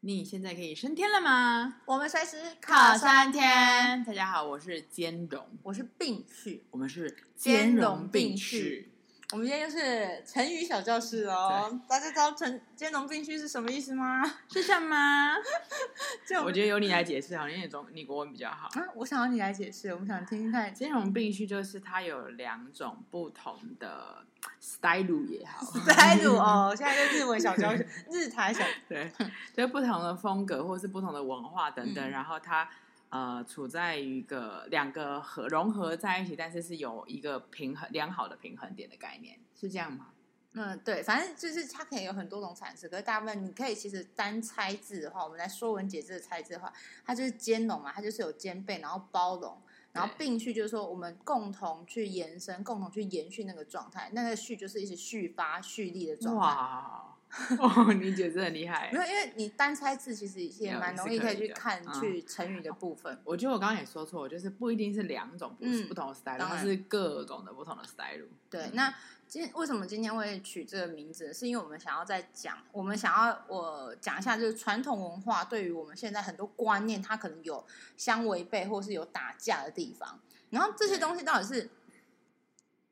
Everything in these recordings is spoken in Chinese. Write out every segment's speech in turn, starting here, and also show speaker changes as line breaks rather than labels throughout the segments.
你现在可以升天了吗？
我们随时
靠三天。大家好，我是兼容，
我是病去，
我们是
兼
容
容
并
并
蓄
蓄。我们今天就是成语小教室哦。大家知道成兼容并蓄是什么意思 吗？
是什么？
就
我觉得由你来解释，好像你中你国文比较好。
啊，我想要你来解释，我们想听听看。
兼容并蓄就是它有两种不同的 style 也 好，
在录哦，现在就日文小教室，日台小
对，就是不同的风格或是不同的文化等等，
嗯
然后它呃处在一个两个合融合在一起，但是是有一个平衡良好的平衡点的概念，是这样吗？
嗯，对，反正就是它可以有很多种阐释，可是大部分你可以其实单拆字的话，我们来《说文解字》的拆字的话，它就是兼容嘛，它就是有兼备，然后包容，然后并蓄就是说我们共同去延伸，共同去延续那个状态，那个蓄就是一直蓄发蓄力的状态。
哇，哦，你解释很厉害
没。有，因为你单拆字其实也蛮容易
也是可以
以去
的
看
嗯
去成语的部分。
我觉得我刚刚也说错，就是不一定是两种不、
嗯
不同的 style，
当
它
然
是各种的不同的 style。
对
嗯，
那今为什么今天会取这个名字？是因为我们想要再讲，我们想要我讲一下，就是传统文化对于我们现在很多观念，它可能有相违背，或是有打架的地方。然后这些
对
东西到底是，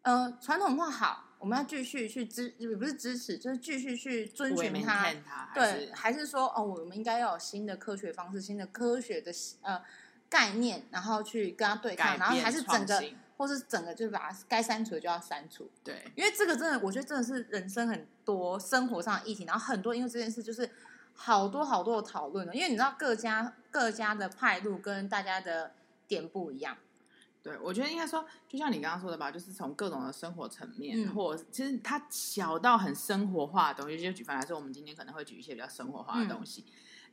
呃，传统文化好，我们要继续去支，也不是支持，就是继续去遵
我也
循
没
它。
看它，还
对
是，
还是说哦，我们应该要有新的科学方式、新的科学的呃概念，然后去跟它对
改
抗，然后
变
还是整
创
个，
新
或是整个就是把它该删除的就要删除。
对
因为这个真的，我觉得真的是人生很多生活上的议题，然后很多因为这件事就是好多好多的讨论哦了。因为你知道各家各家的派路跟大家的点不一样，
对，我觉得应该说，就像你刚刚说的吧，就是从各种的生活层面，
嗯
或其实它小到很生活化的东西，就举凡来说，我们今天可能会举一些比较生活化的
嗯
东西，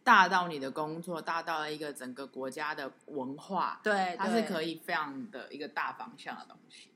大到你的工作，大到一个整个国家的文化，
对，
它是
以。
可以非常的一个大方向的东西。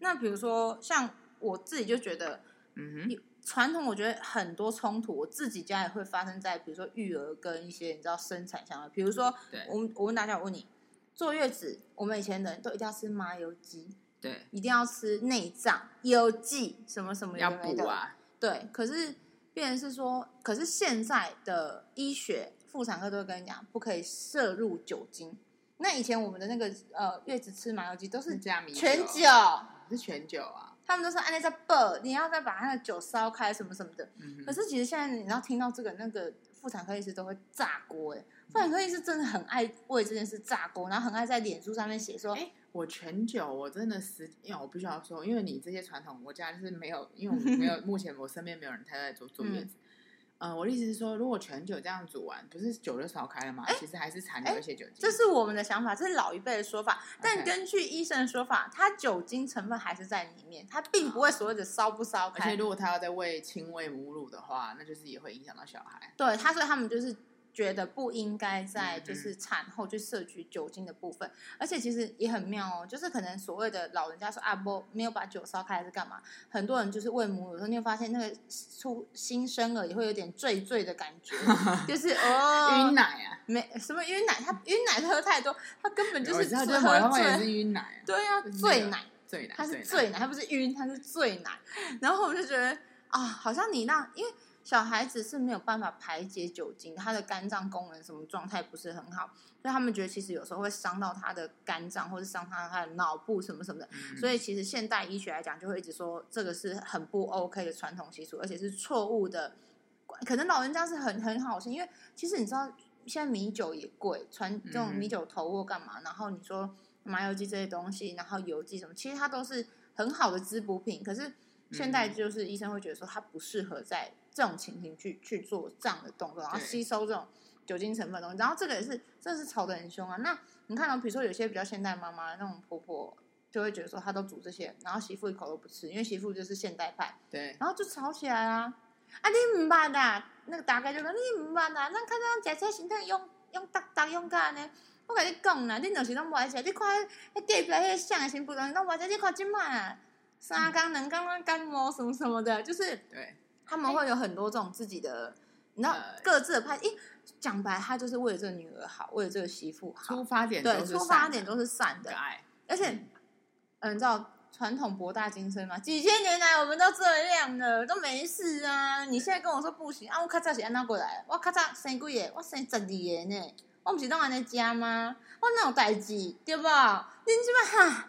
那比如说像我自己就觉得
嗯哼，
传统，我觉得很多冲突，我自己家也会发生在比如说育儿跟一些你知道生产上的，比如说
对
我们我问大家，我问你，坐月子，我们以前人都一定要吃麻油鸡，
对，
一定要吃内脏、有剂什么什么
要
有的没
补
的。
啊，
对，可是变成是说，可是现在的医学妇产科都会跟你讲，不可以摄入酒精。那以前我们的那个呃月子吃麻油鸡都
是
是
加米
全酒，
是全酒啊。
他们都说哎那在爆，你要再把它的酒烧开什么什么的。
嗯
可
哼，
是其实现在你知道听到这个那个妇产科医师都会炸锅哎、妇产科医师真的很爱为这件事炸锅，然后很爱在脸书上面写说，
哎我全酒，我真的实，因为我必须要说，因为你这些传统国家就是没有，因为我没
嗯
有，目前我身边没有人太在做坐月子。嗯、我的意思是说，如果全酒这样煮完，不是酒就烧开了吗？其实还是残留一些酒精。
这是我们的想法，这是老一辈的说法。但
OK
根据医生的说法，它酒精成分还是在里面，它并不会所谓的烧不烧
而且
开。
如果他要再喂亲喂母乳的话，那就是也会影响到小孩。
对，他所以他们就是觉得不应该在
嗯嗯
就是产后去摄取酒精的部分。而且其实也很妙哦，就是可能所谓的老人家说啊不没有把酒烧开还是干嘛，很多人就是喂母乳的时候，你会发现那个出新生儿也会有点醉醉的感 觉，就是哦
晕奶啊，
没什么晕奶，他晕奶喝太多，他根本就
我
是
知道，
只
就是
喝
某方面也
醉。
是晕奶啊，
对啊
就，是那
醉
个
奶，
醉奶，
它是
醉
醉奶，它不是晕，它是醉奶。然后我就觉得啊、好像你让，因为小孩子是没有办法排解酒精，他的肝脏功能什么状态不是很好，所以他们觉得其实有时候会伤到他的肝脏，或是伤到他的脑部什么什么的。
奶，
所
以
以其实现代医学来讲，就会一直说这个是很不 OK 的传统习俗，而且是错误的。可能老人家是很很好心，因为其实你知道现在米酒也贵，传这种
嗯
米酒头货干嘛？然后你说麻油鸡这些东西，然后油鸡什么，其实它都是很好的滋补品。可是现在
嗯
就是医生会觉得说，它不适合在这种情形去去做这样的动作，然后
对
吸收这种酒精成分的东西。然后这个也是，真的是吵得很凶啊。那你看到、比如说有些比较现代妈妈那种婆婆，就会觉得说她都煮这些，然后媳妇一口都不吃，因为媳妇就是现代派，
对，
然后就吵起来啦、啊。你唔捌啦，那个大概就讲你唔捌啦，咱看咱食这身体用用达达用干呢。我甲你讲啦，你就是拢无爱食，你看迄隔壁迄上的新妇人拢无爱食，你看即啊，
嗯
三工两工拢感冒什么什么的，就是
对，
他们
哎
会有很多这种自己的，你知道
呃
各自的派。因为讲白，他就是为了这个女儿好，为了这个媳妇好
出，发点
对，
都是
出
善
发点都是善
的
的，
爱，
而且，嗯，你知道传统博大精深嘛，几千年来我们都这样了，都没事啊。你现在跟我说不行啊，我咔嚓是安那过来的，我咔嚓生几个，我生十二个呢，我不是拢安尼食吗？我哪有代志对不？恁即摆哈，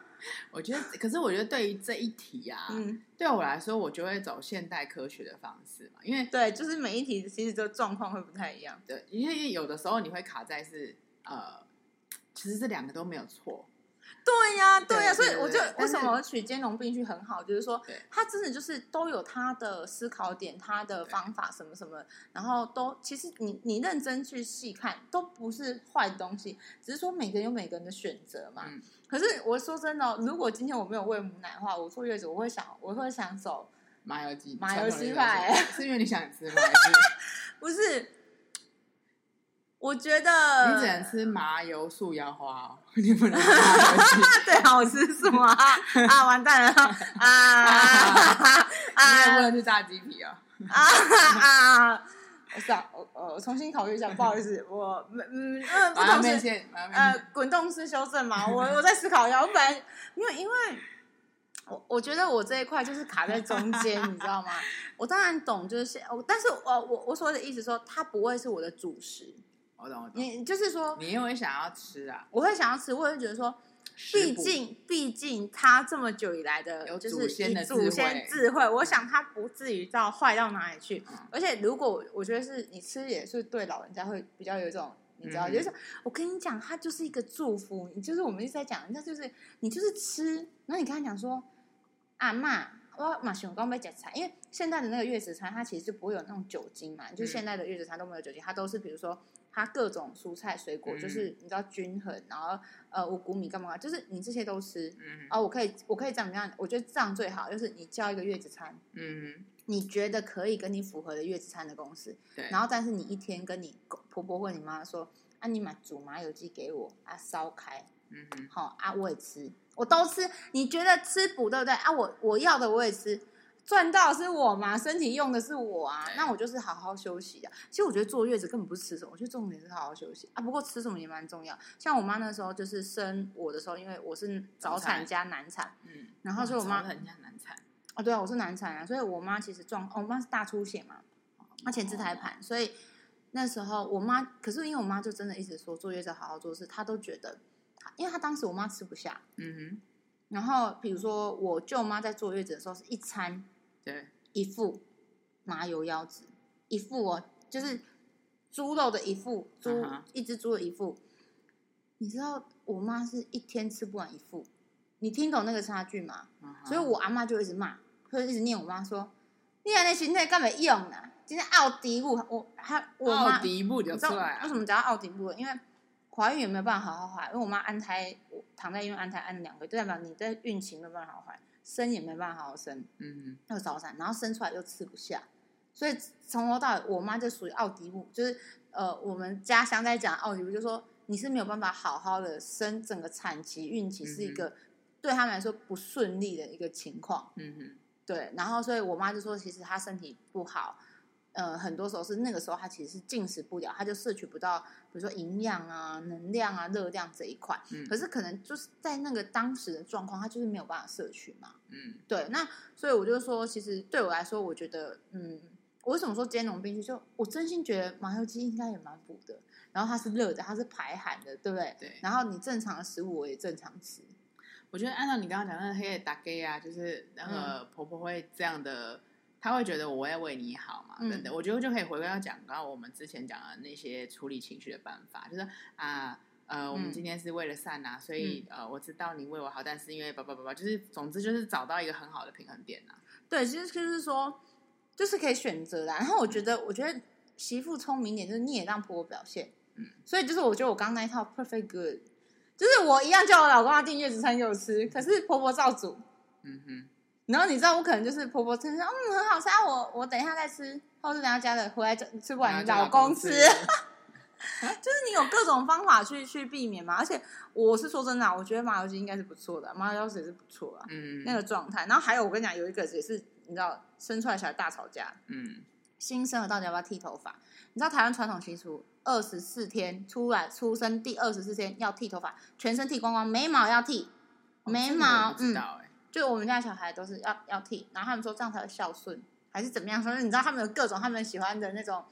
我觉得，可是我觉得对于这一题啊，
嗯，
对我来说，我就会走现代科学的方式嘛，因为
对，就是每一题其实都状况会不太一样，
对，因为有的时候你会卡在是呃，其实这两个都没有错，
对呀、对
对
呀、所以
对
我就
对
为什
但是
么我取兼容并蓄很好，就是说
对
他真的就是都有他的思考点、他的方法什么什么，然后都其实你你认真去细看，都不是坏东西，只是说每个人有每个人的选择嘛。
嗯
可是我说真的哦、如果今天我没有喂母奶的话，我坐月子我会想，我会想走
麻油鸡，
麻油鸡
传统的
派
麻油鸡是因为你想吃麻油 鸡，
不是，我觉得
你只能吃麻油素腰花哦， 你不能吃麻油鸡。
对啊，我吃什么 啊？啊，完蛋了啊啊
你也不
啊
能吃炸鸡皮 哦。
啊啊！我想，我我重新考虑一下，不好意思，我嗯嗯，不
麻辣
同
面
是
线，麻辣面
呃
线，
滚动式修正嘛，我我在思考一下，我本来没有，因为我我觉得我这一块就是卡在中间，你知道吗？我当然懂，就是现，我但是我我我所谓的意思说，它不会是我的主食，
我懂我懂。
你就是说，
你因为想要吃啊，
我会想要吃，我会觉得说，毕
食补
竟毕竟他这么久以来的，
有
就是
祖先的
以祖
智
先
慧
智慧，我想他不至于到坏到哪里去。
嗯
而且如果我觉得是你吃，也是对老人家会比较有一种。你知道，
嗯
就是我跟你讲，它就是一个祝福。你就是我们一直在讲，那就是你就是吃。然后你跟他讲说，阿妈，我马上刚被夹餐，因为现在的那个月子餐，它其实就不会有那种酒精嘛，就是
嗯
现在的月子餐都没有酒精，它都是比如说它各种蔬菜水果，
嗯
就是你知道均衡，然后呃五谷米干嘛干嘛，就是你这些都吃
嗯
啊、我可以我可以怎么样？我觉得这样最好，就是你叫一个月子餐，
嗯，
你觉得可以跟你符合的月子餐的公司，
对。
然后但是你一天跟你公婆婆或你妈妈说，啊你买煮麻油鸡给我啊烧开，
嗯哼，
好、啊，我也吃，我都吃。你觉得吃补对不对啊？我我要的我也吃，赚到的是我嘛，身体用的是我啊，
对
那我就是好好休息啊。其实我觉得坐月子根本不是吃什么，我觉得重点是好好休息啊。不过吃什么也蛮重要。像我妈那时候就是生我的时候，因为我是早
早产
产加难产
嗯，
然后所以我妈
吵得人家难产，
哦，对啊，我是难产啊，所以我妈其实状，哦、我妈是大出血嘛，
哦
她前置胎盘，所以那时候我妈，可是因为我妈就真的一直说坐月子好好做事，她都觉得，因为她当时我妈吃不下。
嗯
然后比如说我舅妈在坐月子的时候是一餐
哼，对，
一副麻油腰子，一副哦，就是猪肉的一副，猪、
嗯哼
一只猪的一副。你知道我妈是一天吃不完一副，你听懂那个差距吗？
嗯哼
所以我阿妈就一直骂，就一直念我妈说：“你安尼身体干没用啦，今天奥迪布，我她我妈
奥迪布
你
就
知道
出来
为什
了，
么讲到奥顶部？因为怀孕也没有办法好好怀，因为我妈安胎，我躺在医院安胎安了两个月，就代表你的孕期没有办法好好怀，生也没办法好好生，
嗯
那个早产，然后生出来又吃不下，所以从头到尾我妈就属于奥迪布，就是呃，我们家乡在讲奥迪布，就说你是没有办法好好的生整个产期、孕期是一个、对他们来说不顺利的一个情况。
哼嗯哼，
对，然后所以我妈就说，其实她身体不好，呃，很多时候是那个时候她其实是进食不了，她就摄取不到，比如说营养啊、能量啊、热量这一块。
嗯
可是可能就是在那个当时的状况，她就是没有办法摄取嘛。
嗯
对，那所以我就说，其实对我来说，我觉得，嗯，我为什么说兼容并蓄？就我真心觉得麻油鸡应该也蛮补的，然后它是热的，它是排寒的，对不对？
对。
然后你正常的食物我也正常吃，
我觉得按照你刚刚讲的那黑打 gay 啊，就是那个
嗯
婆婆会这样的，她会觉得我要为你好嘛，
嗯
等等。我觉得就可以回归到讲刚刚我们之前讲的那些处理情绪的办法，就是啊。呃，我
嗯
们今天是为了善啊，所以呃，我知道你为我好，但是因为叭叭叭叭，就是总之就是找到一个很好的平衡点啊。
对，其实就是说，就是可以选择啦。然后我觉得，我觉得媳妇聪明一点，就是你也让婆婆表现。
嗯，
所以就是我觉得我刚刚那一套 perfect good，就是我一样叫我老公要订月子餐给我吃，可是婆婆照煮。
嗯哼，
然后你知道我可能就是婆婆真的说嗯很好吃啊，我我等一下再吃，或者等一下加了回来就吃不
然
完，
后
老
就老
公
公
吃。
吃
就是你有各种方法去去避免嘛。而且我是说真的啊、我觉得麻油鸡应该是不错的，麻油鸡也是不错啊，
嗯，
那个状态。然后还有我跟你讲，有一个也是你知道生出来小孩大吵架，
嗯，
新生儿到底要不要剃头发？你知道台湾传统习俗，二十四天出来出生第二十四天要剃头发，全身剃光光，眉毛要剃，
哦
眉
这个
毛、
我不知
嗯，
道哎，
就我们家小孩都是要要剃，然后他们说这样才会孝顺，还是怎么样？反正你知道他们有各种他们喜欢的那种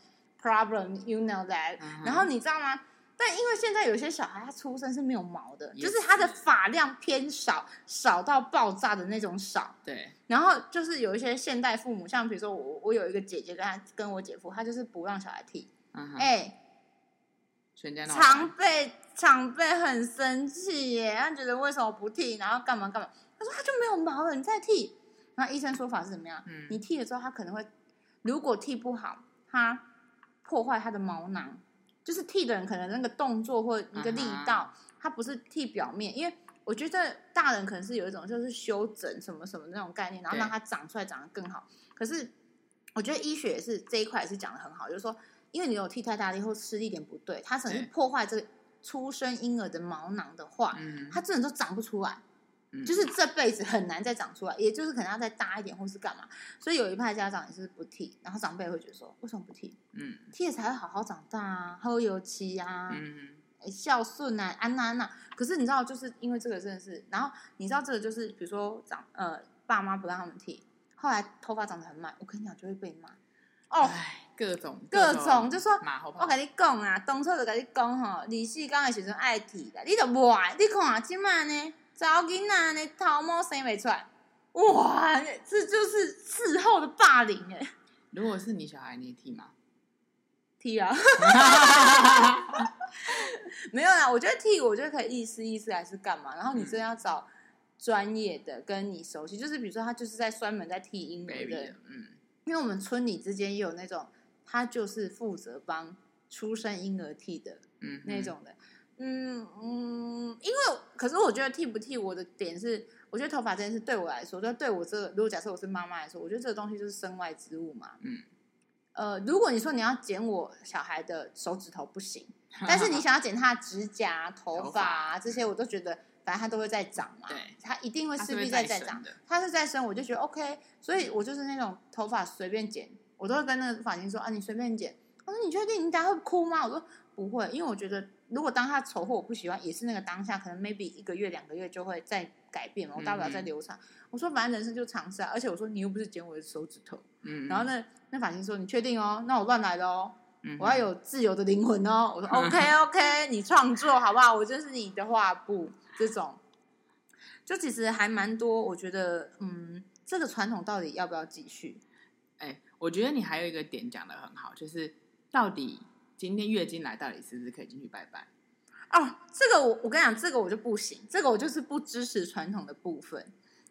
problem，you know that、
嗯哼
然后你知道吗？但因为现在有些小孩他出生是没有毛的，
也
就是
是
他的发量偏少，少到爆炸的那种少。
对，
然后就是有一些现代父母，像比如说我，我有一个姐姐跟她跟我姐夫，他就是不让小孩剃，
嗯哼，
哎、
全家闹
长
翻，
辈长辈很生气耶，他觉得为什么不剃，然后干嘛干嘛？他说他就没有毛了，你再剃。然后医生说法是怎么样？
嗯
你剃了之后，他可能会，如果剃不好，他破坏他的毛囊，就是剃的人可能那个动作或一个力
啊
道，他不是剃表面，因为我觉得大人可能是有一种就是修整什么什么那种概念，然后
对
让它长出来长得更好。可是我觉得医学也是这一块也是讲的很好，就是说，因为你有剃太大力或吃力点不对，它可能是
对
破坏这个出生婴儿的毛囊的话，
嗯，
它真的都长不出来，
嗯
就是这辈子很难再长出来，也就是可能要再大一点或是干嘛。所以有一派家长也是不剃，然后长辈会觉得说，为什么不剃？
嗯
剃了才会好好长大啊，喝油漆啊，
嗯
诶孝顺啊，安娜安娜。可是你知道，就是因为这个真的是，然后你知道这个就是，比如说长呃爸妈不让他们剃，后来头发长得很满，我跟你讲就会被骂哦。
哎，各种
各种就说
马后炮
我，跟你讲啊，当初就跟你讲吼，二四刚的时阵爱剃啦，你就无爱。你看即满呢，查某囡仔呢头毛生袂出来，哇，这就是事后的霸凌哎！
如果是你小孩，你也剃 吗？
剃啊， 没有啦，我觉得剃，我觉得可以意思意思还是干嘛？然后你真的要找专业的，跟你熟悉，就是比如说他就是在专门在剃婴儿
baby
的
的，，嗯，
因为我们村里之间也有那种，他就是负责帮出生婴儿剃的
嗯哼
那，种的。嗯嗯，因为可是我觉得剃不剃，我的点是，我觉得头发这件事对我来说，就对我这个，如果假设我是妈妈来说，我觉得这个东西就是身外之物嘛。
嗯。
呃，如果你说你要剪我小孩的手指头不 行，但是你想要剪他的指甲、头
头发
发
嗯
啊这些，我都觉得反正他都会再长嘛，
对，
他一定会
它是
势
会
必再
再
再
生
长。
的
他是再生，我就觉得 OK，所以我就是那种头发随便剪，我都会跟那个发型说啊，你随便剪。他说你确定你等下会哭吗？我说不会，因为我觉得如果当下丑或我不喜欢，也是那个当下，可能 maybe 一个月两个月就会再改变嘛，我大不了
嗯
再
哼
留长。我说反正人生就尝试啊，而且我说你又不是剪我的手指头。
嗯，
然后那那发型说你确定哦？那我乱来的哦。
嗯哼，嗯
我要有自由的灵魂哦。我说 OK OK，你创作好不好？我就是你的画布这种，就其实还蛮多。我觉得，嗯，这个传统到底要不要继续？
哎、我觉得你还有一个点讲的很好，就是到底今天月经来，到底是不是可以进去拜拜？
哦，这个我我跟你讲，这个我就不行，这个我就是不支持传统的部分。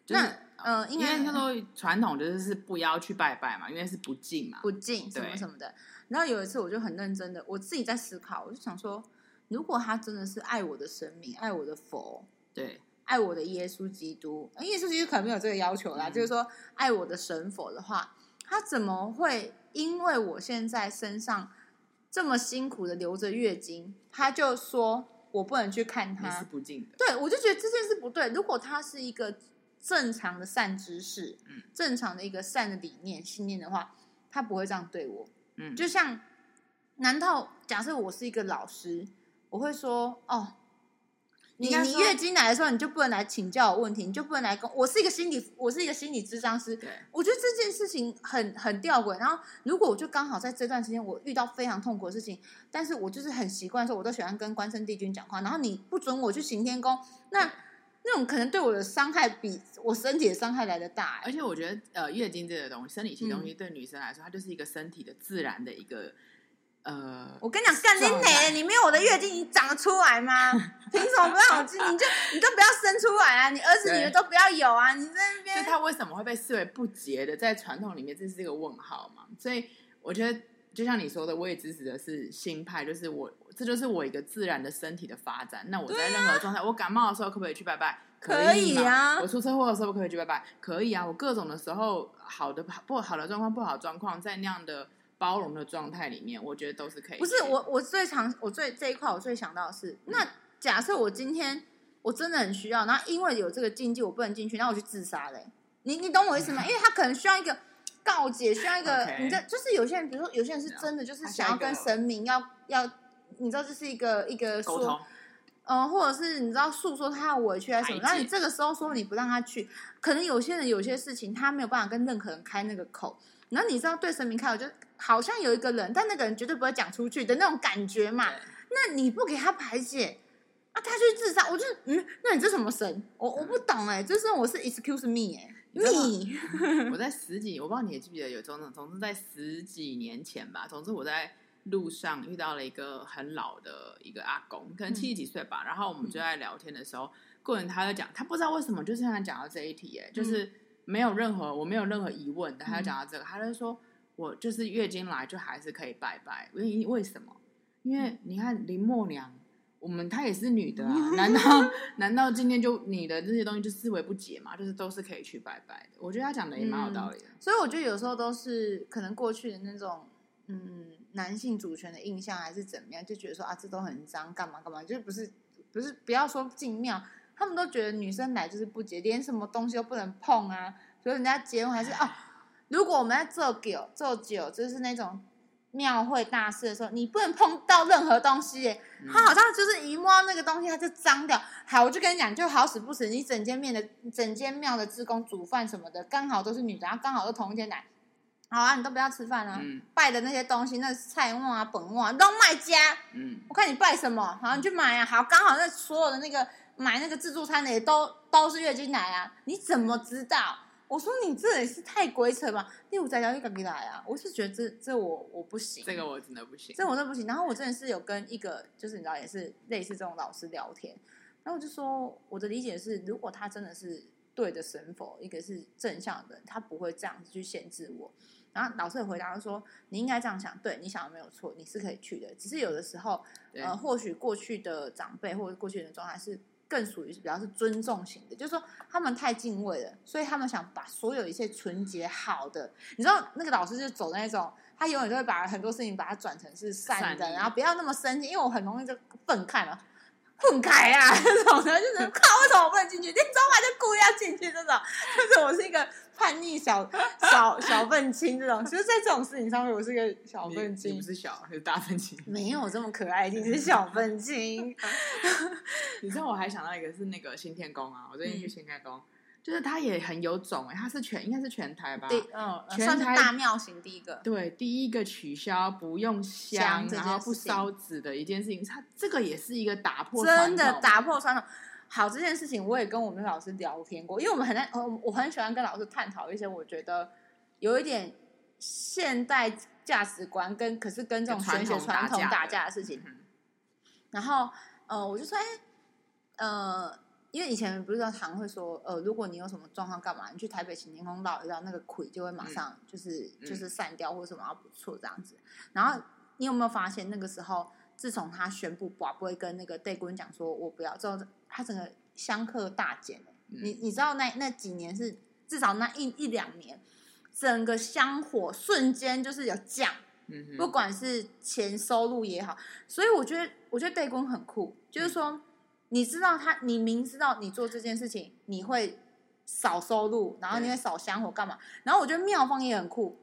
就是哦
那呃，应
因为
该
那时候传统就是是不要去拜拜嘛，因为是不敬嘛。
不敬什么
对
什么的。然后有一次我就很认真的，我自己在思考，我就想说，如果他真的是爱我的神明，爱我的佛，
对，
爱我的耶稣基督，呃耶稣基督可能没有这个要求啦，
嗯
就是说爱我的神佛的话，他怎么会因为我现在身上这么辛苦的流着月经，他就说我不能去看
你是
他？
不敬的。
对我就觉得这件事不对。如果他是一个正常的善知识，
嗯
正常的一个善的理念信念的话，他不会这样对我。
嗯，
就像，难道假设我是一个老师，我会说哦，你
应该
你
说
月经来的时候，你就不能来请教我问题，你就不能来跟我是一个心理，我是一个心理咨商师。
对，
我觉得这件事情很很吊诡。然后，如果我就刚好在这段时间我遇到非常痛苦的事情，但是我就是很习惯说，我都喜欢跟关圣帝君讲话。然后你不准我去行天宫，那那种可能对我的伤害比我身体的伤害来的大、
而且我觉得呃，月经这个东西，生理期东
嗯
西对女生来说，它就是一个身体的自然的一个呃，
我跟你讲，干你美，你没有我的月经，你长得出来 吗？凭什么不让我进？你就你都不要生出来啊！你儿子
对
女儿都不要有啊！你在那
就
边
它为什么会被视为不洁的，在传统里面这是一个问号嘛。所以我觉得，就像你说的，我也支持的是新派，就是我这就是我一个自然的身体的发展。那我在任何状态，我感冒的时候可不可以去拜拜？
啊可以
以嘛
啊
我出车祸的时候可不可以去拜拜？可以啊，我各种的时候，好的不好的状况，不好的状况，在那样的包容的状态里面，我觉得都是可以。
不是我，我最常我最这一块我最想到的是，那假设我今天我真的很需要，然后因为有这个禁忌我不能进去，那我去自杀嘞、你你懂我意 思吗？因为他可能需要一个告解，需要一个
OK
你这就是有些人，比如说有些人是真的就是
他需要
想要
一个
跟神明要要，你知道这是一个一个
沟
说
通，
嗯，或者是你知道诉说他要委屈还是什么，
排
然
解
后你这个时候说你不让他去，可能有些人有些事情他没有办法跟任何人开那个口，然后你知道对神明开口，就好像有一个人，但那个人绝对不会讲出去的那种感觉嘛。
对
那你不给他排解，啊，他去自杀，我就嗯，那你这什么神？我我不懂哎、欸，就是我是 excuse me 哎、
你知道吗
你
我在十几，我不知道你也记不记得有种种，总之在十几年前吧，总之我在路上遇到了一个很老的一个阿公，可能七十几岁吧，然后我们就在聊天的时候，过人他就讲，他不知道为什么就是他讲到这一题、哎，就是没有任何我没有任何疑问的，他就讲到这个，他就说我就是月经来就还是可以拜拜，为为什么？因为你看林默娘。我们她也是女的 啊，难道难道今天就你的这些东西就视为不解嘛？就是都是可以去拜拜的。我觉得他讲的也
嗯
蛮有道理的。
所以我觉得有时候都是可能过去的那种，嗯，男性主权的印象还是怎么样，就觉得说啊，这都很脏，干嘛干嘛，就是不是不是不要说进庙，他们都觉得女生来就是不洁，连什么东西都不能碰啊，所以人家结婚还是啊，如果我们在做酒做酒，就是那种。庙会大事的时候，你不能碰到任何东西耶。
嗯
他好像就是一摸到那个东西，它就脏掉。好，我就跟你讲，就好死不死，你整间面的整间庙的职工煮饭什么的，刚好都是女的，然啊后刚好都同一天来。好啊，你都不要吃饭啊，
嗯
拜的那些东西，那菜旺啊、本旺啊，都卖家。
嗯，
我看你拜什么，好，你去买啊。好，刚好那所有的那个买那个自助餐的也都都是月经来啊，你怎么知道？我说你这也是太鬼扯吧，第五仔条就敢给来啊！我是觉得这这我我不行，啊
这个我真的不行。
这我真的不行。然后我真的是有跟一个，就是你知道，也是类似这种老师聊天，然后我就说，我的理解是，如果他真的是对的神佛，一个是正向的人，他不会这样子去限制我。然后老师的回答就说，你应该这样想，对你想的没有错，你是可以去的，只是有的时候，
对
呃，或许过去的长辈或者过去的状态是。更属于是比较是尊重型的，就是说他们太敬畏了，所以他们想把所有一切纯洁好的你知道那个老师就走那种，他永远都会把很多事情把它转成是善的，
善意
然后不要那么生气，因为我很容易就愤慨嘛，混开啊 这种的，就是靠为什么我不能进去？你走嘛就故意要进去这种，就是我是一个叛逆小小小愤青这种，就是在这种事情上面，我是一个小
你
愤
你
青
不。是小，是大分青。
没有这么可爱，你是小愤 青。
你知道我还想到一个是那个新天宫啊，我最近去
嗯
新天宫，就是他也很有种哎、他是全应该是全台吧？
第嗯，
全
算是
台
大庙型第一个。
对，第一个取消不用香，
香这
然
件
后不
事情
烧纸的一件事情，他这个也是一个打破传
真
统
的打破传统。好，这件事情我也跟我们老师聊天过，因为我们很爱，我我很喜欢跟老师探讨一些我觉得有一点现代价值观跟可是跟这种
传
玄学
统打
传统
架
打
的
架的事情。
嗯
然后呃，我就说，哎、呃，因为以前不是常会说，呃，如果你有什么状况干嘛，你去台北晴天宫绕一绕，那个鬼就会马上就是、
嗯
就是散掉或者什么，然后不错这样子。然后你有没有发现那个时候，自从他宣布不不会跟那个戴坤讲说我不要之后，他整个香客大减了。
嗯
你你知道那那几年是至少那一一两年，整个香火瞬间就是有降。
嗯
不
哼，
管是钱收入也好，所以我觉得，我觉得对公很酷，就是
嗯
说，你知道他，你明知道你做这件事情，你会少收入，然后你
对
会少香火干嘛？然后我觉得妙方也很酷，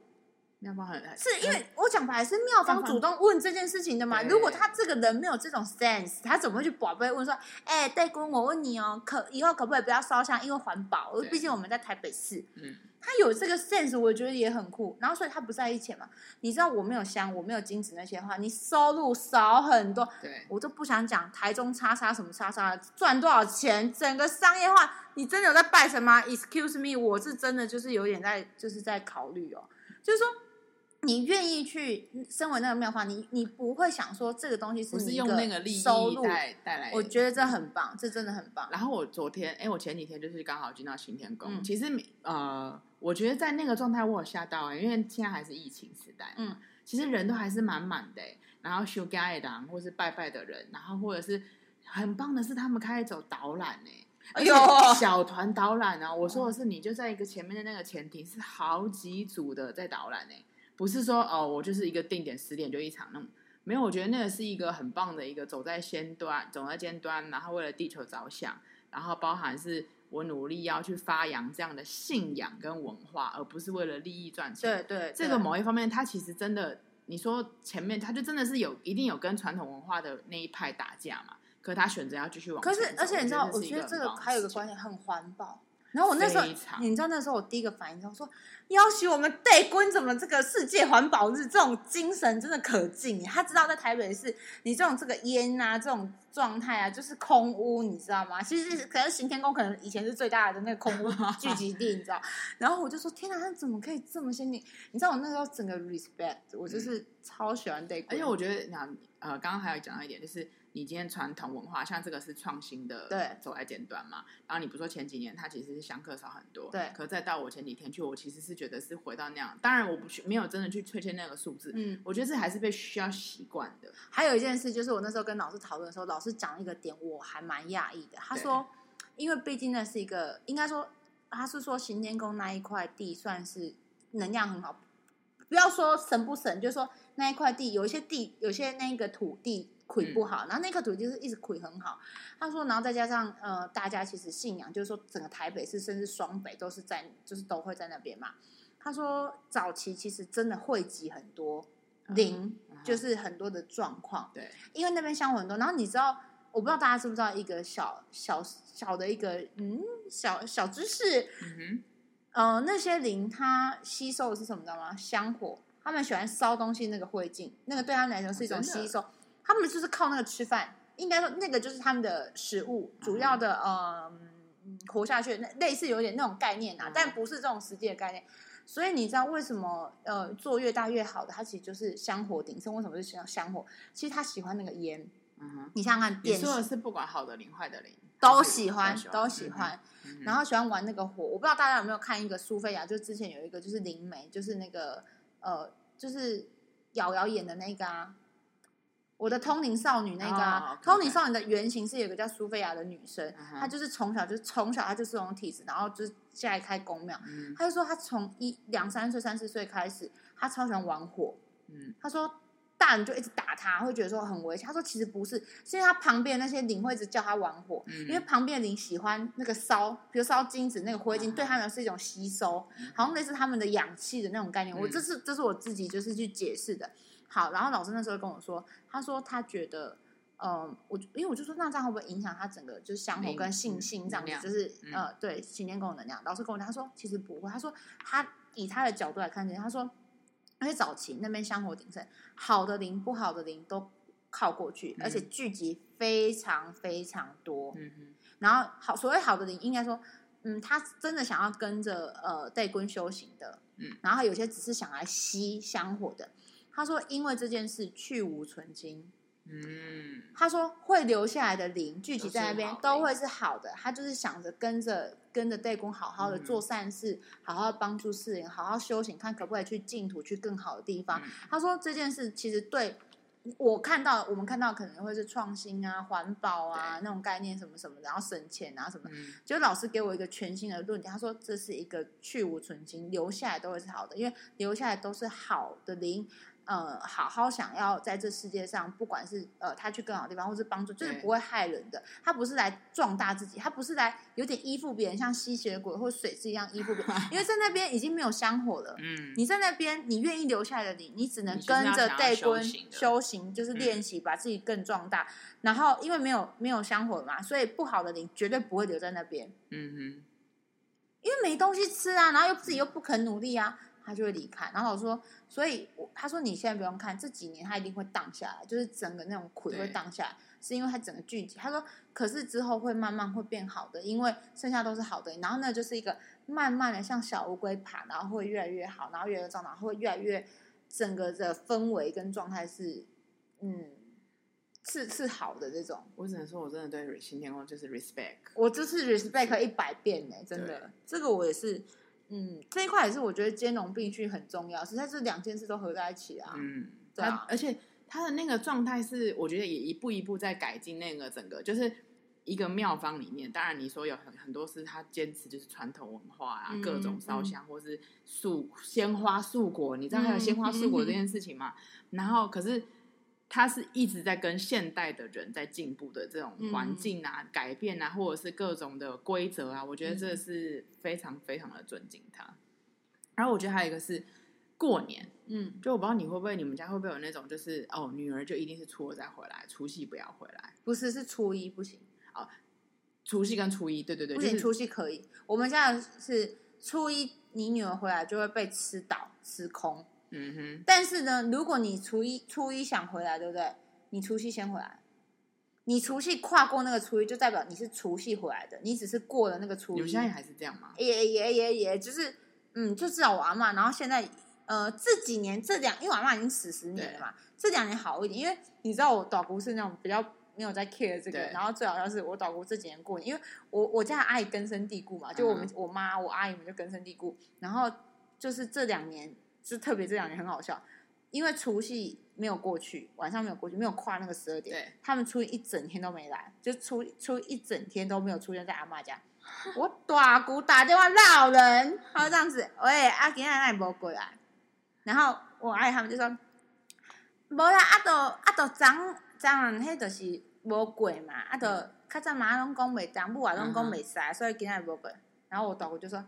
妙方很
是因为我讲白了是
妙
妙方
方
主动问这件事情的嘛？
对
如果他这个人没有这种 sense，他怎么会去宝贝问说，哎、对公，我问你哦，可以后可不可以不要烧香？因为环保
对，
毕竟我们在台北市。
嗯
他有这个 sense，我觉得也很酷。然后所以他不在意钱嘛，你知道我没有香，我没有金子那些话，你收入少很多，
对
我都不想讲台中叉叉什么叉叉赚多少钱，整个商业化，你真的有在拜神吗？Excuse me，我是真的就是有点在就是在考虑哦，就是说。你愿意去身为那个妙法，你你不会想说这个东西
不
你
是
一
用那个利
收
益
入，
带带来，
我觉得这很棒，这真的很 棒。
然后我昨天，哎、我前几天就是刚好进到新天宫。
嗯
其实每呃，我觉得在那个状态我有吓到、哎，因为现在还是疫情时代，
嗯，
其实人都还是满满的、哎然后修家的人，或是拜拜的人，然后或者是很棒的是他们开始走导览欸呢、
哎呦
而且 小团导览啊！我说的是，你就在一个前面的那个前提是好几组的在导览呢、欸不是说哦，我就是一个定点十点就一场那种，没有，我觉得那个是一个很棒的一个走在先端，走在尖端，然后为了地球着想，然后包含是我努力要去发扬这样的信仰跟文化，而不是为了利益赚钱。
对对，
这
对啊
个某一方面，它其实真的，你说前面它就真的是有一定有跟传统文化的那一派打架嘛。可是他选择要继续往
可
前走。
是，而且你知道，我
我
觉得这
个
个
很
还有一个
棒
关键很环保。然后我那时候
非，常
你知道那时候我第一个反应，我说要求我们对quân怎么这个世界环保日这种精神真的可敬。他知道在台北市，你这种这个烟啊这种状态啊，就是空屋，你知道吗？其实是可能行天宫可能以前是最大的那个空 屋聚集地，你知道。然后我就说天哪，他怎么可以这么先进？你知道我那时候整个 respect，我就是超喜欢对
嗯而且
quân，
我觉得，那呃，刚刚还有讲到一点，就是你今天传统文化，像这个是创新的，
对
走在尖端嘛。然后你不是说前几年它其实是相克少很多，
对
可再到我前几天去，我其实是觉得是回到那样。当然，我不去没有真的去确切那个数字，
嗯。
我觉得这还是被需要习惯的。
还有一件事，就是我那时候跟老师讨论的时候，老师讲了一个点，我还蛮讶异的。他
对
说，因为毕竟那是一个，应该说他是说行天宫那一块地算是能量很好，不要说神不神，就是说那一块地有一些地，有些那个土地。魁不
嗯
好，然后那个土地就是一直魁很好。他说，然后再加上呃，大家其实信仰，就是说整个台北市甚至双北都是在，就是都会在那边嘛。他说，早期其实真的汇集很多灵，
嗯哼
就是很多的状况，
嗯对，
因为那边香火很多。然后你知道，我不知道大家知不知道一个小小小的一个嗯小小知识，
嗯
呃，那些灵它吸收的是什么，你知道吗？香火，他们喜欢烧东西那个灰烬，那个对他们来说是一种
哦真的
吸收，他们就是靠那个吃饭。应该说，那个就是他们的食物，主要的
啊
呃嗯活下去，那类似有点那种概念啊，
嗯
但不是这种实际的概念。所以你知道为什么呃做越大越好的，它其实就是香火鼎盛。为什么是香香火？其实他喜欢那个烟，
哼，嗯哼。
你想想看，
你
电
说的
视
是不管好的灵、坏的灵，
都
还是
喜欢，都喜。
嗯
欢。
嗯
然后喜欢玩那个火。我不知道大家有没有看一个苏菲亚，就之前有一个就是灵媒，就是那个呃，就是瑶瑶演的那个啊，我的通灵少女那个啊
哦，，OK，OK
通灵少女的原型是有个叫苏菲亚的女生，
嗯哼
她就是从小就从小她就是这种体质，然后就是家里开公庙，
嗯
她就说她从一两三岁、三四岁开始，她超喜欢玩火，
嗯
他说大人就一直打他，会觉得说很危险。他说其实不是，是因为他旁边那些灵会一直叫他玩火，
嗯
因为旁边的灵喜欢那个烧，比如烧金子那个灰烬，
啊
对他们来说是一种吸收，
嗯
好像类似他们的氧气的那种概念。我这是这是我自己就是去解释的。好，然后老师那时候跟我说，他说他觉得。嗯，我因为我就说那这样会不会影响他整个就是香火
灵
跟性
嗯
性这样
能量
子，就是、
嗯
呃对行天宫的能量？老师跟我讲，他说其实不会，他说他以他的角度来看，他说因为早期那边香火鼎盛，好的灵、不好的灵都靠过去，
嗯
而且聚集非常非常多。
嗯哼
然后好，所谓好的灵，应该说，嗯，他真的想要跟着呃戴坤修行的，
嗯，
然后有些只是想来吸香火的。他说，因为这件事去无存精。
嗯
他说会留下来的灵聚集在那
都
边
是好
都
灵
会是好的，他就是想着跟着跟着对公好好的
嗯
做善事，好好帮助世人，好好修行，看可不可以去净土，去更好的地方。
嗯
他说这件事其实对我看到，我们看到可能会是创新啊、环保啊那种概念什么什么的，然后省钱啊什么。
嗯
就老师给我一个全新的论点，他说这是一个去无存精，留下来都会是好的，因为留下来都是好的灵，呃，好好想要在这世界上，不管是呃他去更好的地方，或是帮助，就是
对
不会害人的。他不是来壮大自己，他不是来有点依附别人，像吸血鬼或水蛭一样依附别人，因为在那边已经没有香火了。
嗯，
你在那边，你愿意留下来的你，你只能
你就是要
跟着
想要
带
修
坤
行的嗯
修行，就是练习，把自己更壮大。然后因为没有没有香火嘛，所以不好的灵绝对不会留在那边，
嗯
因为没东西吃啊，然后又自己又不肯努力啊，他就会离开。然后我说，所以我他说你现在不用看，这几年他一定会荡下来，就是整个那种苦
对
会荡下来，是因为他整个聚集。他说，可是之后会慢慢会变好的，因为剩下都是好的。然后呢，就是一个慢慢的像小乌龟爬，然后会越来越好，然后越来越壮，然后会越来越整个的氛围跟状态是，嗯，是是好的这种。
哼，我只能说我真的对新天宫就是 respect。
我这次 respect 一百遍呢、真的
对，
这个我也是，嗯，这一块也是我觉得兼容并蓄很重要，实在是两件事都合在一起啊。
嗯，
对啊
他而且他的那个状态是，我觉得也一步一步在改进那个整个，就是一个妙方里面，当然你说有很很多是他坚持就是传统文化啊，
嗯
各种烧香、或是素鲜花素果，你知道还有
嗯
鲜花素果这件事情吗？然后可是。他是一直在跟现代的人在进步的这种
嗯
环境啊、改变啊，或者是各种的规则啊，我觉得
嗯
这是非常非常的尊敬他。然后我觉得还有一个是过年，
嗯，
就我不知道你会不会，你们家会不会有那种，就是哦，女儿就一定是初二再回来，除夕不要回来，
不是是初一不行，
除夕跟初一，对对对，
不
就
行
是
除夕可以。我们家是初一你女儿回来就会被吃倒吃空，
嗯哼，
但是呢，如果你初一初一想回来，对不对？你除夕先回来。你除夕跨过那个初一，就代表你是除夕回来的，你只是过了那个初
你
一。
们现在还是这样吗？
也也也也，就是嗯，就至少我阿妈，然后现在呃这几年这两，因为我阿妈已经死十年了嘛，这两年好一点，因为你知道我导姑是那种比较没有在 care 这个，
对
然后最好像是我导姑这几年过年，因为我我家的阿姨根深蒂固嘛，就我们、
嗯
我妈我阿姨们就根深蒂固，然后就是这两年，就特别这两年很好笑，因为除夕没有过去，晚上没有过去，没有跨那个十二点，
对，
他们初一一整天都没来，就初初一整天都没有出现在阿妈家。我大姑打电话闹人，他就这样子，喂，阿今仔你无过来，然后我阿姨他们就说，无啦，啊都啊都昨昨晚迄就是无过嘛，啊都较早嘛拢讲袂当，母啊拢讲袂使，所以今仔无过。然后我大姑就说。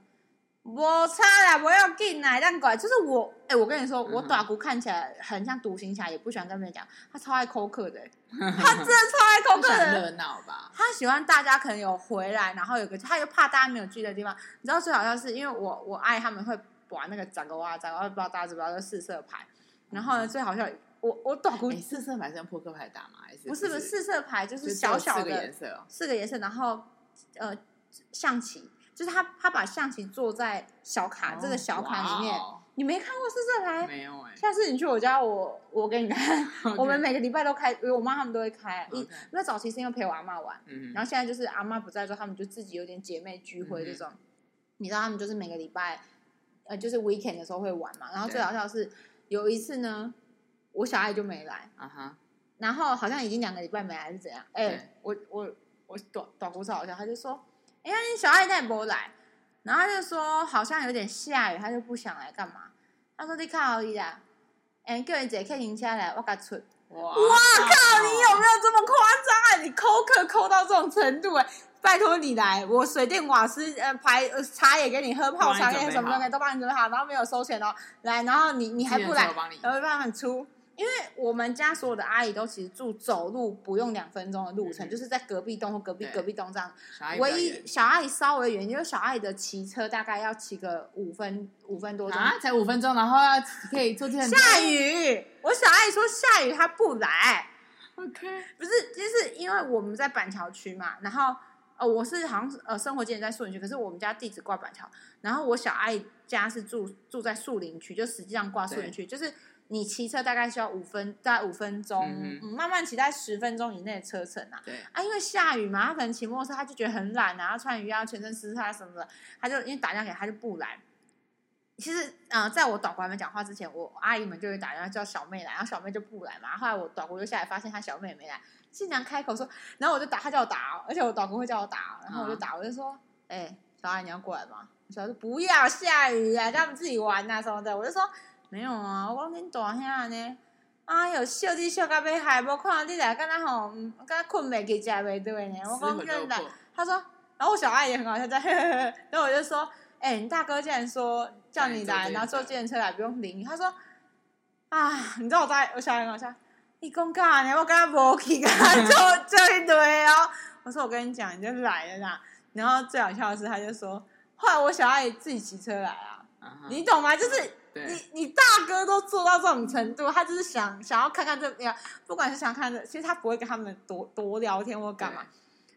我差啦，不要进来，但管就是我，哎、我跟你说，我
嗯哼
大姑看起来很像独行侠，也不喜欢跟别人讲，她超爱抠客的、 他真的超爱
他
恐怖
想
的。
热闹吧？
他喜欢大家可能有回来，然后有个他又怕大家没有聚的地方。你知道最好笑是因为我我爱他们会玩那个展个哇展个哇，不知道大家知不知道，就四色牌。然后呢，最好笑，我我短裤
你嗯哎四色牌是用扑克牌打吗？还是
不是不是四色牌，就
就是是
小小
四个
的
颜色哦，
四个颜色，然后呃象棋，就是他他把象棋做在小卡这个小卡里面
哦哇。哦
你没看过四色牌？
没有哎，
下次你去我家，我我给你 看。 我们每个礼拜都开，我妈他们都会开。因
OK，
因为早期是因为陪我阿妈玩。
嗯哼，
然后现在就是阿妈不在之后，他们就自己有点姐妹
嗯
聚会这种。你知道他们就是每个礼拜，呃，就是 weekend 的时候会玩嘛。然后最
对
好笑的是有一次呢，我小爱就没来，
啊哈，
然后好像已经两个礼拜没来是怎样？哎、
对
我我我短短胡子好像他就说，哎、呀，你小爱带不来，然后他就说好像有点下雨，他就不想来干嘛？他说你看好伊啦，哎、叫人姐客停下来，我给出。
哇
哇
靠
你有没有这么夸张啊？你抠客抠到这种程度哎、拜托你来，我水电瓦斯呃排呃茶也给你喝，泡茶也什么东西都帮你准备好，然后没有收钱哦。来，然后你你还不来，？呃
帮你
然后帮你出。因为我们家所有的阿姨都其实住走路不用两分钟的路程，
嗯
就是在隔壁栋或隔壁
对
隔壁栋这样。
小阿姨比较
唯一
远
小阿姨稍微远，因为小阿姨的骑车大概要骑个五分五分多钟。
啊，才五分钟，然后要可以做这件
下雨，我小阿姨说下雨她不来，
，OK，
不是，就是因为我们在板桥区嘛，然后呃，我是好像是呃生活经验在树林区，可是我们家地址挂板桥，然后我小阿姨家是住住在树林区，就实际上挂树林区，就是你骑车大概需要五分，大概五分钟，
嗯
嗯慢慢骑在十分钟以内的车程啊。
对，
啊，因为下雨嘛，他可能骑摩托车，他就觉得很懒啊，他穿雨衣啊，全身湿啊什么的，他就因为打电话给他他就不来。其实，呃，在我导管们讲话之前，我阿姨们就会打电话叫小妹来，然后小妹就不来嘛。后来我导管就下来，发现她小妹也没来，竟然开口说，然后我就打，她叫我打哦，而且我导管会叫我打哦，然后我就打，我就说，哎、小阿姨你要过来吗？小阿姨说不要，下雨啊，叫他们自己玩啊什么的。我就说没有啊，我讲恁大兄呢，哎哟，笑你笑到要害，无看到你来，敢若吼，嗯敢若困袂去，食袂对呢。我
死
讲
火
真
就
的，
过，
他说，然后我小阿姨也很好笑，在呵呵呵， 然后我就说，哎、你大哥竟然说叫你来，然后坐电车来不用淋雨，他说，啊，你知道我在我小阿姨很好笑，你讲干呢？我跟他无去，跟他做这一堆哦。我说我跟你讲，你就来了啦。然后最好笑的是，他就说，后来我小阿姨自己骑车来啊，
啊哈
你懂吗？就是
对，
你你大哥都做到这种程度，他就是想想要看看这样，不管是想看这，其实他不会跟他们多多聊天或干嘛，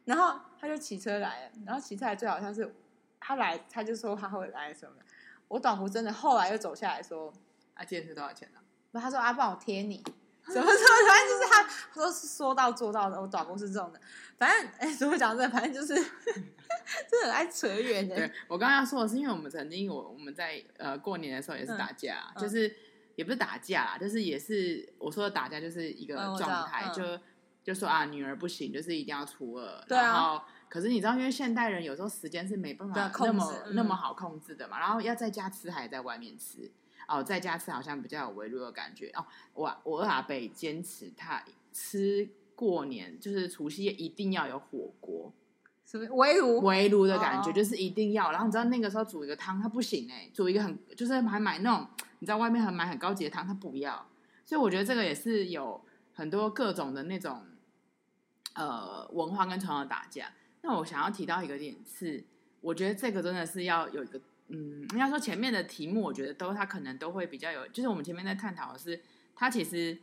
然后他就骑车来了，然后骑车来最好像是他来，他就说他会来什么的。我短胡真的后来又走下来说，
啊，健身多少钱呢？
然后他说啊，帮我 贴你，什么什么，反正就是他他都是说到做到的。我短胡是这种的，反正哎，怎么讲这，反正就是 真的很爱扯远的、
对我刚刚要说的是，因为我们曾经我我们在呃过年的时候也是打架，啊
嗯
就是也不是打架啦，就是也是我说的打架就是一个
嗯我知道
状态，
嗯
就就说啊女儿不行，就是一定要除二，
对啊
然后。可是你知道，因为现代人有时候时间是没办
对
法
控
那
制
么、
嗯
那么好控制的嘛，然后要在家吃还是在外面吃？哦，在家吃好像比较有微弱的感觉哦。我我阿北坚持他吃过年就是除夕夜一定要有火锅，
什么围炉？
围炉的感觉，
哦
就是一定要。然后你知道那个时候煮一个汤，它不行哎、煮一个很就是还买那种你知道外面很买很高级的汤，它不要。所以我觉得这个也是有很多各种的那种呃文化跟传统的打架。那我想要提到一个点是，我觉得这个真的是要有一个嗯，应该说前面的题目，我觉得都它可能都会比较有，就是我们前面在探讨的是它其实。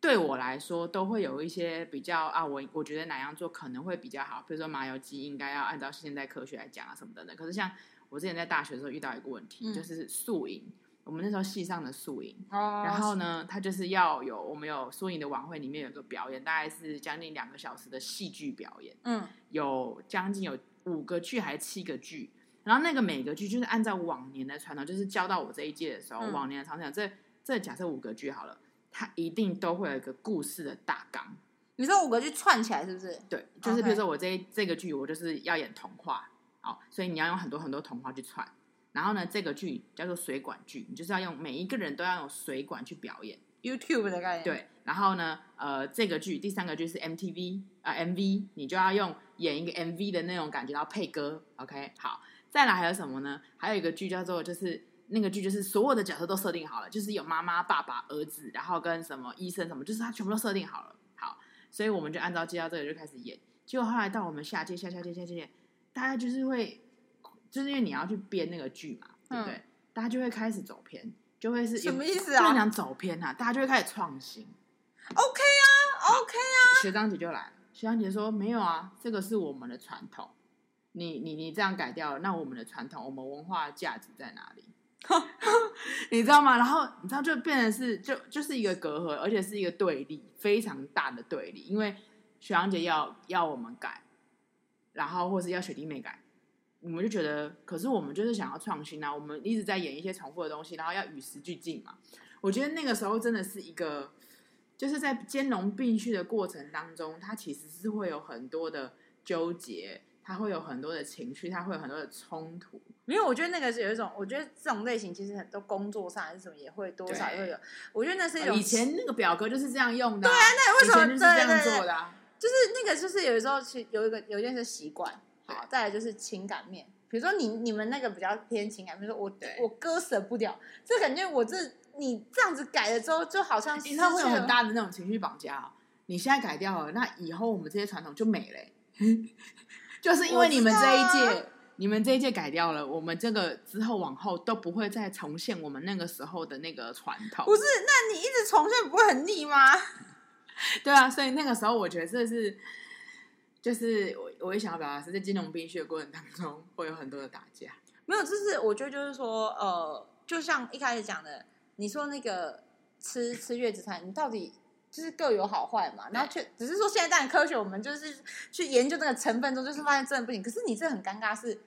对我来说，都会有一些比较啊，我我觉得哪样做可能会比较好，比如说麻油鸡应该要按照现代科学来讲啊什么等等。可是像我之前在大学的时候遇到一个问题，
嗯
就是宿营，我们那时候系上的宿营，
哦
然后呢，它就是要有我们有宿营的晚会，里面有一个表演，大概是将近两个小时的戏剧表演，
嗯
有将近有五个剧还是七个剧，然后那个每个剧就是按照往年的传统，就是教到我这一届的时候，
嗯
往年的传统，这这假设五个剧好了，它一定都会有一个故事的大纲。
你说五个就串起来是不是？
对，就是比如
OK
说我这一这个剧，我就是要演童话，好，所以你要用很多很多童话去串。然后呢，这个剧叫做水管剧，你就是要用每一个人都要用水管去表演。
YouTube 的概念，，
对，然后呢，呃，这个剧第三个剧是 MTV 啊、MV，你就要用演一个 MV 的那种感觉，然后配歌。OK，好，再来还有什么呢？还有一个剧叫做就是那个剧就是所有的角色都设定好了，就是有妈妈、爸爸、儿子，然后跟什么医生什么，就是他全部都设定好了。好，所以我们就按照接到这个就开始演。结果后来到我们下届、下下届、下下届，大家就是会，就是因为你要去编那个剧嘛，对不对？大家就会开始走偏，就会是
什么意思
就
啊
是讲走偏啊，大家就会开始创新。
？OK 啊
哦
，OK 啊，
学长姐就来了，学长姐说没有啊，这个是我们的传统，你你你这样改掉了，那我们的传统，我们文化的价值在哪 里？你知道吗？然后你知道就变成是就就是一个隔阂，而且是一个对立，非常大的对立。因为学长姐要要我们改，然后或是要学弟妹改，我们就觉得，可是我们就是想要创新啊，我们一直在演一些重复的东西，然后要与时俱进嘛。我觉得那个时候真的是一个，就是在兼容并蓄的过程当中，它其实是会有很多的纠结，它会有很多的情绪，它会有很多的冲突。
因为我觉得那个是有一种，我觉得这种类型其实很多工作上还是什么也会多少
对哦
会有，我觉得那是一种
呃以前那个表格就是这样用的、对啊，那
为什么
以前就是这
对
样
对对
做的、啊？
就是那个，就是有时候其有一个有一件事习惯，好，再来就是情感面，比如说你你们那个比较偏情感，比如说我
对
我割舍不了，这感觉我这你这样子改了之后，就好像
因为它会有
失去
很
了
大的那种情绪绑架、哦。你现在改掉了，那以后我们这些传统就没了欸、 就是因为你们这一
我知啊
届，你们这一届改掉了，我们这个之后往后都不会再重现我们那个时候的那个传统。
不是？那你一直重现不会很腻吗？
对啊，所以那个时候我觉得这是，就是我我也想要表达是在金融并蓄的过程当中会有很多的打架。
没有，就是我觉得就是说，呃，就像一开始讲的，你说那个吃吃月子餐，你到底就是各有好坏嘛？然后却只是说现在当然科学，我们就是去研究那个成分中，就是发现真的不行。可是你这很尴尬是，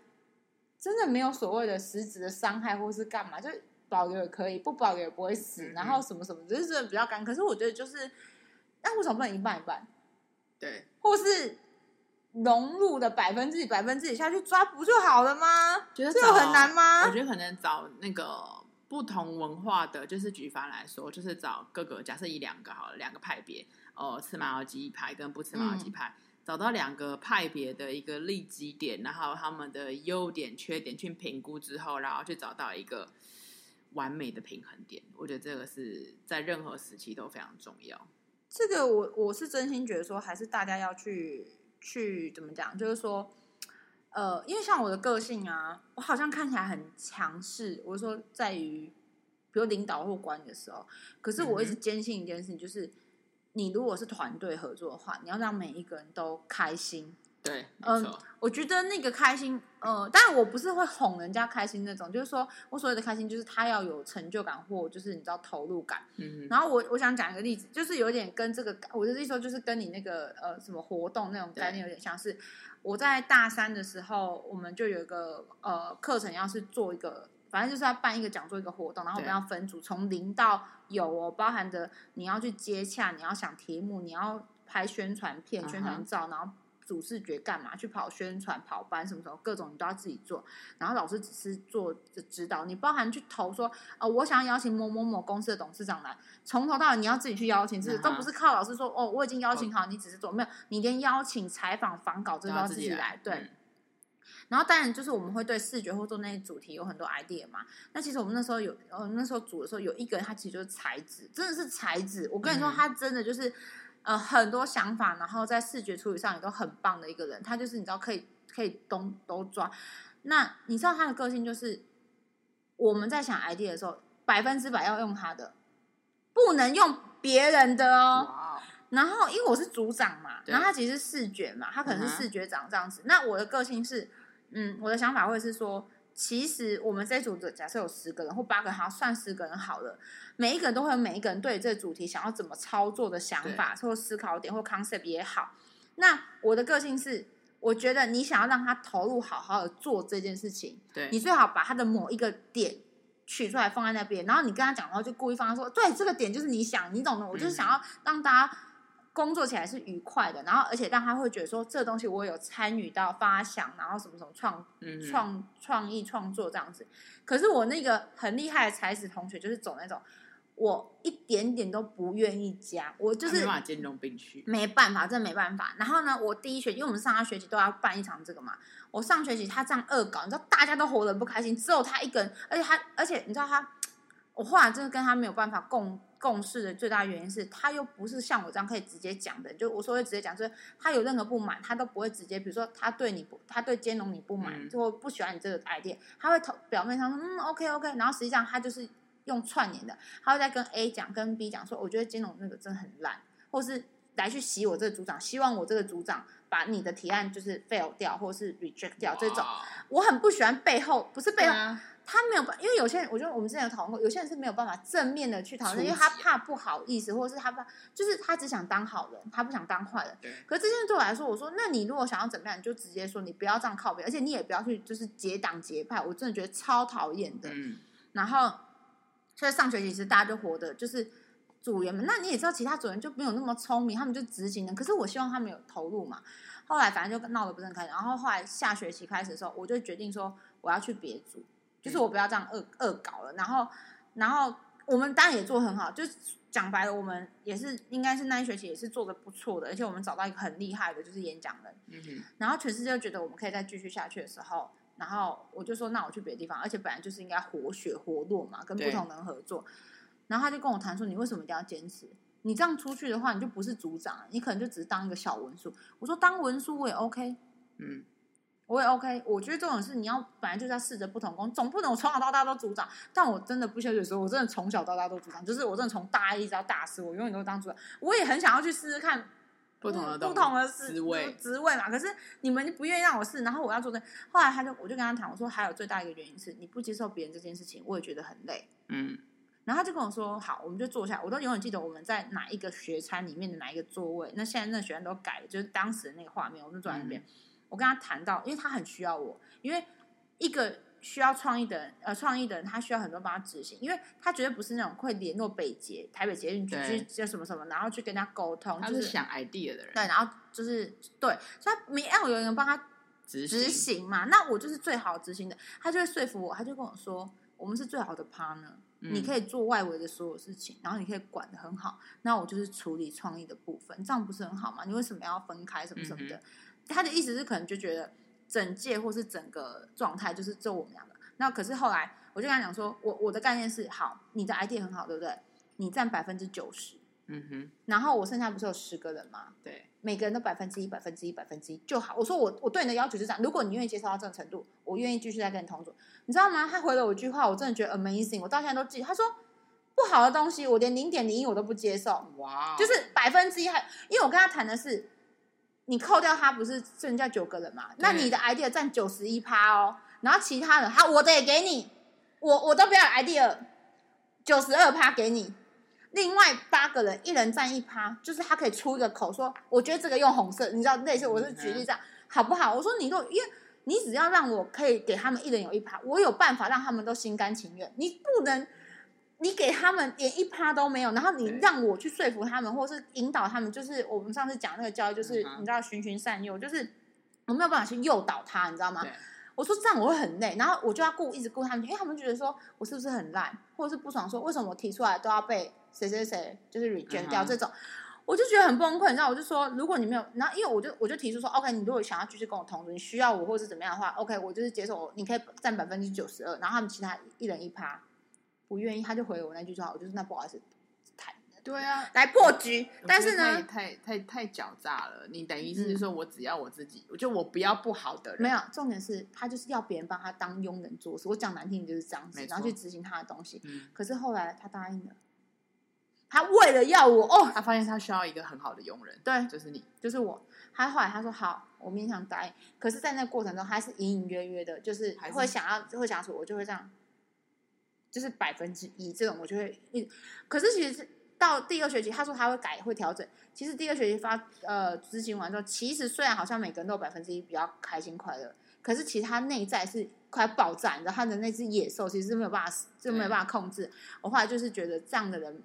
真的没有所谓的实质的伤害或是干嘛，就保留也可以，不保留也不会死，
嗯嗯
然后什么什么，就是真的比较干。可是我觉得就是，那为什么不能一半一半？
对，
或是融入的百分之几、百分之几下去抓不就好了吗？
觉得
这
找
有很难吗
我？觉得可能找那个不同文化的，就是举凡来说，就是找各个假设以两个好了，两个派别哦，吃麻油鸡派跟不吃麻
嗯
油鸡派。找到两个派别的一个利基点，然后他们的优点、缺点去评估之后，然后去找到一个完美的平衡点。我觉得这个是在任何时期都非常重要。
这个我我是真心觉得说，还是大家要去去怎么讲，就是说，呃，因为像我的个性啊，我好像看起来很强势，我说在于比如领导或管理的时候，可是我一直
嗯哼
坚信一件事情，就是你如果是团队合作的话，你要让每一个人都开心，
对，没
嗯
错，
我觉得那个开心，呃，当然我不是会哄人家开心那种，就是说我所谓的开心，就是他要有成就感或就是你知道投入感。
嗯哼，
然后我我想讲一个例子，就是有点跟这个，我的意思说就是跟你那个呃什么活动那种概念有点像是，我在大三的时候，我们就有一个呃课程，要是做一个，反正就是要办一个讲座一个活动，然后我们
对
要分组，从零到有哦，包含着你要去接洽，你要想题目，你要拍宣传片、宣
嗯
传
哼
照，然后主视觉干嘛，去跑宣传、跑班什么什么，各种你都要自己做。然后老师只是做指导，你包含去投说，呃，我想要邀请某某某公司的董事长来，从头到尾你要自己去邀请，就是
嗯哼
都不是靠老师说哦，我已经邀请好，你只是做没有，你连邀请、采访、访稿这都要自己来，对。
嗯
然后当然就是我们会对视觉或做那些主题有很多 idea 嘛。那其实我们那时候有，呃，那时候组的时候有一个人他其实就是才子，真的是才子。我跟你说，
嗯
他真的就是、呃很多想法，然后在视觉处理上也都很棒的一个人。他就是你知道可以可以东都抓。那你知道他的个性就是我们在想 idea 的时候，百分之百要用他的，不能用别人的哦。
哇哦，
然后因为我是组长嘛，
对
然后他其实是视觉嘛，他可能
嗯
是
哼
视觉长这样子。那我的个性是，嗯，我的想法会是说，其实我们这组的假设有十个人或八个人，好算十个人好了，每一个人都会有每一个人对这个主题想要怎么操作的想法或思考点或 concept 也好。那我的个性是，我觉得你想要让他投入好好的做这件事情，
对，
你最好把他的某一个点取出来放在那边，然后你跟他讲的话就故意放他说，对，这个点就是你想，你懂的，我就是想要让大家工作起来是愉快的，然后而且让他会觉得说这东西我有参与到发想，然后什么什么创
嗯哼
创创意创作这样子。可是我那个很厉害的才子同学就是走那种我一点点都不愿意加，我就
他
是
没办法兼容并蓄，
没办法，真的没办法。然后呢，我第一学期，因为我们上下学期都要办一场这个嘛，我上学期他这样恶搞，你知道大家都活得很不开心，只有他一个人，而且他，而且你知道他，我后来真的跟他没有办法共共事的最大原因是，他又不是像我这样可以直接讲的，就我所谓直接讲，就是他有任何不满，他都不会直接，比如说他对你不，他对兼容你不满，
嗯
就不喜欢你这个 idea，他会头表面上说嗯 OK OK，然后实际上他就是用串联的，他会再跟 A 讲，跟 B 讲说，我觉得兼容那个真的很烂，或是来去洗我这个组长，希望我这个组长把你的提案就是 fail 掉，或是 reject 掉这种。
哇
我很不喜欢背后，不是背
对
后，
啊，
他没有办，因为有些人，我觉得我们之前有讨论过，有些人是没有办法正面的去讨论，
触及
因为他怕不好意思，或者是他怕，就是他只想当好人，他不想当坏人。
对，
可是这件事对我来说，我说，那你如果想要怎么样，你就直接说，你不要这样靠边，而且你也不要去就是结党结派，我真的觉得超讨厌的。
嗯，
然后，所以上学期其实大家就活的就是组员们。那你也知道，其他组员就没有那么聪明，他们就执行的。可是我希望他们有投入嘛。后来反正就闹得不是很开心。然后后来下学期开始的时候，我就决定说我要去别组，就是我不要这样恶恶搞了。然后，然后我们当然也做得很好，就是讲白了，我们也是应该是那一学期也是做的不错的，而且我们找到一个很厉害的，就是演讲人。
嗯哼，
然后全世界觉得我们可以再继续下去的时候，然后我就说那我去别的地方，而且本来就是应该活血活络嘛，跟不
对
同人合作。然后他就跟我谈说，你为什么一定要坚持？你这样出去的话，你就不是组长，你可能就只是当一个小文书。我说当文书我也 OK，
嗯，
我也 OK。我觉得这种事你要本来就是要试着不同工，总不能我从小到大都组长。但我真的不休学说，我真的从小到大都组长，就是我真的从大一直到大四，我永远都当组长。我也很想要去试试看嗯
不同的东
不同的
西
职
职位，
职位嘛。可是你们就不愿意让我试，然后我要做这。后来他就我就跟他谈，我说还有最大一个原因是你不接受别人这件事情，我也觉得很累。
嗯，
然后他就跟我说：“好，我们就坐下。”我都永远记得我们在哪一个学餐里面的哪一个座位。那现在那个学餐都改了，就是当时的那个画面，我们就坐在
嗯
那边。我跟他谈到，因为他很需要我，因为一个需要创意的人，呃，创意的人他需要很多人帮他执行，因为他绝对不是那种会联络北捷、台北捷运局
对
去就什么什么，然后去跟他沟通，
他
就是
是想 idea 的人，
对，然后就是对，所以他没要有人帮他
执
执
行，
行嘛。那我就是最好执行的，他就会说服我，他就跟我说，我们是最好的 partner，、你可
以
以做外围的所有事情，然后你可以管的很好。那我就是处理创意的部分，这样不是很好吗？你为什么要分开什么什么的？他的意思是可能就觉得整届或是整个状态就是只有我们两个。那可是后来我就跟他讲说，我我的概念是好，你的 idea 很好，对不对？你占百分之九十，
嗯哼，
然后我剩下不是有十个人吗？
对，
每个人都百分之一、百分之一、百分之一就好。我说我我对你的要求是这样，如果你愿意接受到这种程度，我愿意继续再跟你同组。你知道吗？他回了我一句话，我真的觉得 amazing，我到现在都记得。他说不好的东西，我连零点零一我都不接受，
哇哦，
就是百分之一还，因为我跟他谈的是，你扣掉他不是剩下九个人嘛？那你的 idea 占九十一趴哦，然后其他的他我的也给你，我我都不要 idea，九十二趴给你。另外八个人，一人占一趴，就是他可以出一个口说，我觉得这个用红色，你知道类似，我是举例这样，好不好？我说你都因为你只要让我可以给他们一人有一趴，我有办法让他们都心甘情愿。你不能你给他们连一趴都没有，然后你
对
让我去说服他们，或是引导他们，就是我们上次讲那个教育，就
嗯
是、
哼
你知道循循善诱，就是我没有办法去诱导他，你知道吗
对？
我说这样我会很累，然后我就要顾一直顾他们，因为他们觉得说我是不是很烂，或者是不爽说为什么我提出来都要被谁谁谁就是 reject 掉、
嗯哼
这种，我就觉得很崩溃。你知道，我就说如果你没有，然后因为我就我就提出说，OK，你如果想要继续跟我同住，你需要我或是怎么样的话，OK，我就是接受我，你可以占百分之九十二，然后他们其他一人一趴，不愿意他就回我那句话，我就是那不好意思，谈
对啊，
来破局
我觉得。
但是呢，嗯
太太太太狡诈了。你等于是说我只要我自己，就我不要不好的人，
没有，重点是他就是要别人帮他当佣人做事。我讲难听点就是这样子
没，错
然后去执行他的东西。
嗯，
可是后来他答应了，他为了要我哦，
他发现他需要一个很好的佣人，
对，
就是你，
就是我。他后来他说好，我勉强答应。可是，在那过程中，他是隐隐约约的，就是
还是
会想要，会想说，我就会这样，就是百分之一这种，我就会一。可是其实到第二学期，他说他会改，会调整。其实第二学期发呃执行完之后，其实虽然好像每个人都有百分之一比较开心快乐，可是其实他内在是快爆炸，你知道他的那只野兽其实是没有办法，就没有办法控制。我后来就是觉得这样的人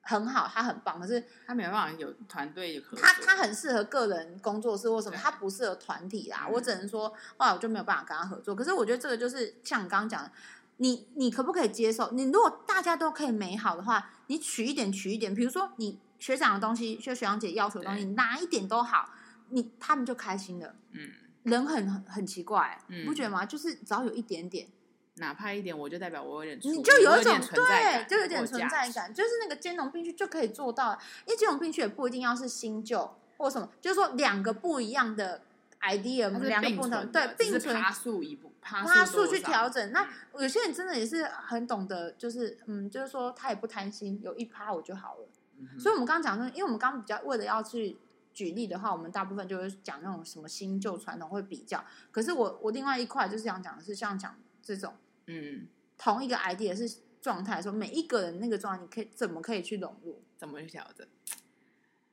很好，他很棒，可是。
他没办法有团队合作，
他他很适合个人工作室或什么，
对
他不适合团体啦。
嗯
我只能说，后来我就没有办法跟他合作。可是我觉得这个就是像你刚刚讲的，你你可不可以接受？你如果大家都可以美好的话，你取一点取一点，比如说你学长的东西，学学长姐要求的东西，
对
你哪一点都好，你他们就开心了。
嗯，
人很很很奇怪、
嗯
不觉得吗？就是只要有一点点，
哪怕一点，我就代表我有点出息，
你就有一种
点存在
对，
感
就有点存
我有价
在
值
感，就是那个兼容并蓄就可以做到了。因为兼容并蓄也不一定要是新旧或什么，就是说两个不一样的 idea，
它是
两个
并
不同
存
对
的，只
并
是
存。
爬树一步，爬
他
数
数
多
去
少
调整，那
嗯
有些人真的也是很懂得，就是嗯，就是说他也不贪心，有一趴我就好了。
嗯哼
所以我们刚刚讲的，因为我们刚刚比较为了要去举例的话，我们大部分就会讲那种什么新旧传统会比较。可是我我另外一块就是想讲的是像讲这种
嗯，
同一个 idea 是状态的时候，每一个人那个状态，你可以怎么可以去融入？
怎么去调整？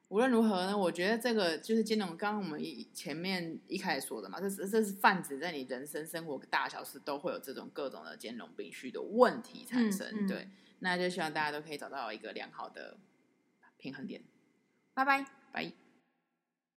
无论如何呢，我觉得这个就是金融。刚刚我们一前面一开始说的嘛，这是这是泛指在你人生生活大小事都会有这种各种的兼容并蓄的问题产生。
嗯嗯
对，那就希望大家都可以找到一个良好的平衡点。
拜拜。
拜。